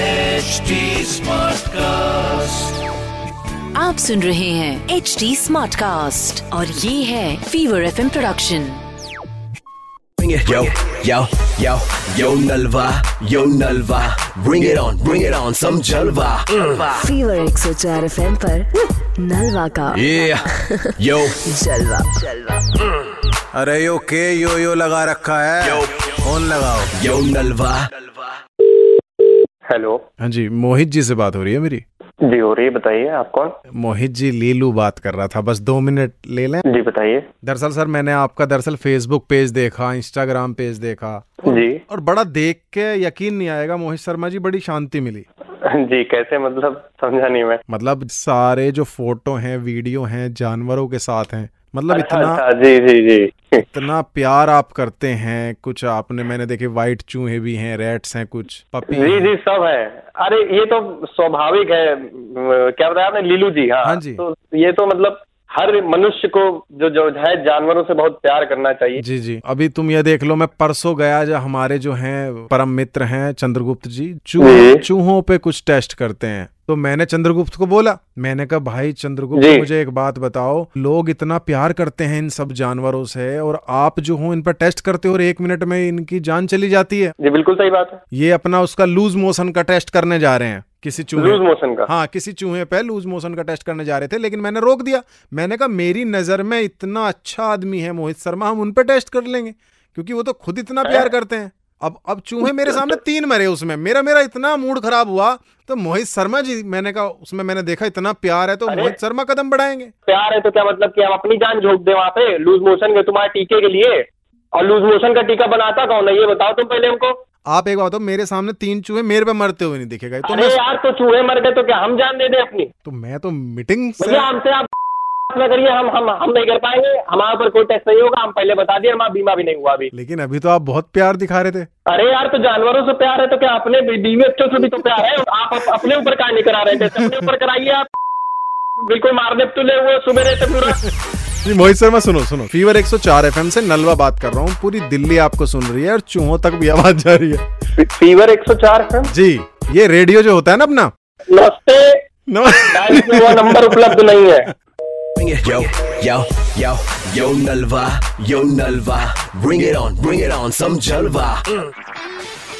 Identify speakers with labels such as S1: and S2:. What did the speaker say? S1: HD Smartcast.
S2: आप सुन रहे हैं एच डी स्मार्ट कास्ट और ये है Fever F production
S3: Bring it. Yo, yo, yo, yo Nalva, yo Nalva. Bring it on, bring it on, some Jalva. Mm.
S2: Fever एक सौ चार एफ एम नलवा का
S3: Yeah, yo,
S2: जलवा जलवा
S4: अरे यो के यो यो लगा रखा है
S3: Yo.
S4: फोन लगाओ
S3: yo Nalva.
S5: हेलो
S4: हाँ जी मोहित जी से बात हो रही है मेरी
S5: जी हो रही है बताइए आप कौन
S4: मोहित जी लीलू बात कर रहा था बस दो मिनट ले लें
S5: जी बताइए
S4: दरअसल सर मैंने आपका दरअसल फेसबुक पेज देखा इंस्टाग्राम पेज देखा
S5: जी
S4: और बड़ा देख के यकीन नहीं आएगा मोहित शर्मा जी बड़ी शांति मिली
S5: जी कैसे मतलब समझा नहीं मैं
S4: मतलब सारे जो फोटो हैं वीडियो हैं जानवरों के साथ हैं मतलब इतना
S5: अच्छा जी जी जी
S4: इतना प्यार आप करते हैं कुछ आपने मैंने देखे वाइट चूहे भी हैं रेट्स हैं कुछ पपी
S5: जी
S4: हैं।
S5: जी सब है अरे ये तो स्वाभाविक है अम, क्या बताया आपने लीलू जी हाँ
S4: हाँ जी।
S5: तो ये तो मतलब हर मनुष्य को जो जो है जानवरों से बहुत प्यार करना चाहिए
S4: जी जी अभी तुम ये देख लो मैं परसों गया जहाँ हमारे जो हैं परम मित्र हैं चंद्रगुप्त जी चूहों
S5: जी।
S4: चूहों पे कुछ टेस्ट करते हैं तो मैंने चंद्रगुप्त को बोला मैंने कहा भाई चंद्रगुप्त
S5: जी।
S4: मुझे एक बात बताओ लोग इतना प्यार करते हैं इन सब जानवरों से और आप जो हो इन पर टेस्ट करते हो और एक मिनट में इनकी जान चली जाती है
S5: जी बिल्कुल सही बात है
S4: ये अपना उसका लूज मोशन का टेस्ट करने जा रहे हैं किसी चूहे
S5: लूज मोशन का
S4: हाँ किसी चूहे पे लूज मोशन का टेस्ट करने जा रहे थे लेकिन मैंने रोक दिया मैंने कहा मेरी नजर में इतना अच्छा आदमी है मोहित शर्मा हम उन पे टेस्ट कर लेंगे क्योंकि वो तो खुद इतना प्यार करते हैं अब अब चूहे मेरे सामने तीन मरे उसमें मेरा मेरा इतना मूड खराब हुआ तो मोहित शर्मा जी मैंने कहा उसमें मैंने देखा इतना प्यार है तो मोहित शर्मा कदम बढ़ाएंगे
S5: प्यार है तो क्या मतलब कि हम अपनी जान झोंक दे वहाँ पे लूज मोशन के तुम्हारे टीके के लिए और लूज मोशन का टीका बनाता कौन है ये बताओ तुम पहले हमको
S4: आप एक बात हो मेरे सामने तीन चूहे मेरे पे मरते हुए नहीं दिखे गए तो
S5: अरे
S4: मैं
S5: यार तो चूहे मर गए तो क्या हम जान दे दें अपनी
S4: तो मैं तो मीटिंग से
S5: भैया हमसे आप बात ना करिए हम हम हम नहीं कर पाएंगे हमारे ऊपर कोई टेस्ट नहीं होगा हम पहले बता दिए हमारा बीमा भी नहीं हुआ अभी
S4: लेकिन अभी तो आप बहुत प्यार दिखा रहे थे
S5: अरे यार तो जानवरों से प्यार है तो क्या अपने बी- बीवी बच्चों से भी तो प्यार है आप अप, अपने ऊपर कहा नहीं करा रहे थे अपने ऊपर कराइए आप बिल्कुल मारने तुले हुए सुबह से पूरा
S4: जी मोहित शर्मा सुनो सुनो फीवर 104 एफएम से नलवा बात कर रहा हूँ पूरी दिल्ली आपको सुन रही है और चूहों तक भी आवाज जा रही है
S5: फीवर 104 है
S4: जी ये रेडियो जो होता है ना अपना
S5: नमस्ते
S4: नम-
S5: डायल किया हुआ नंबर उपलब्ध नहीं है
S3: Bring it. Yo, yo, yo, yo Nalva, yo Nalva. Bring it on, bring it on, some Jalva.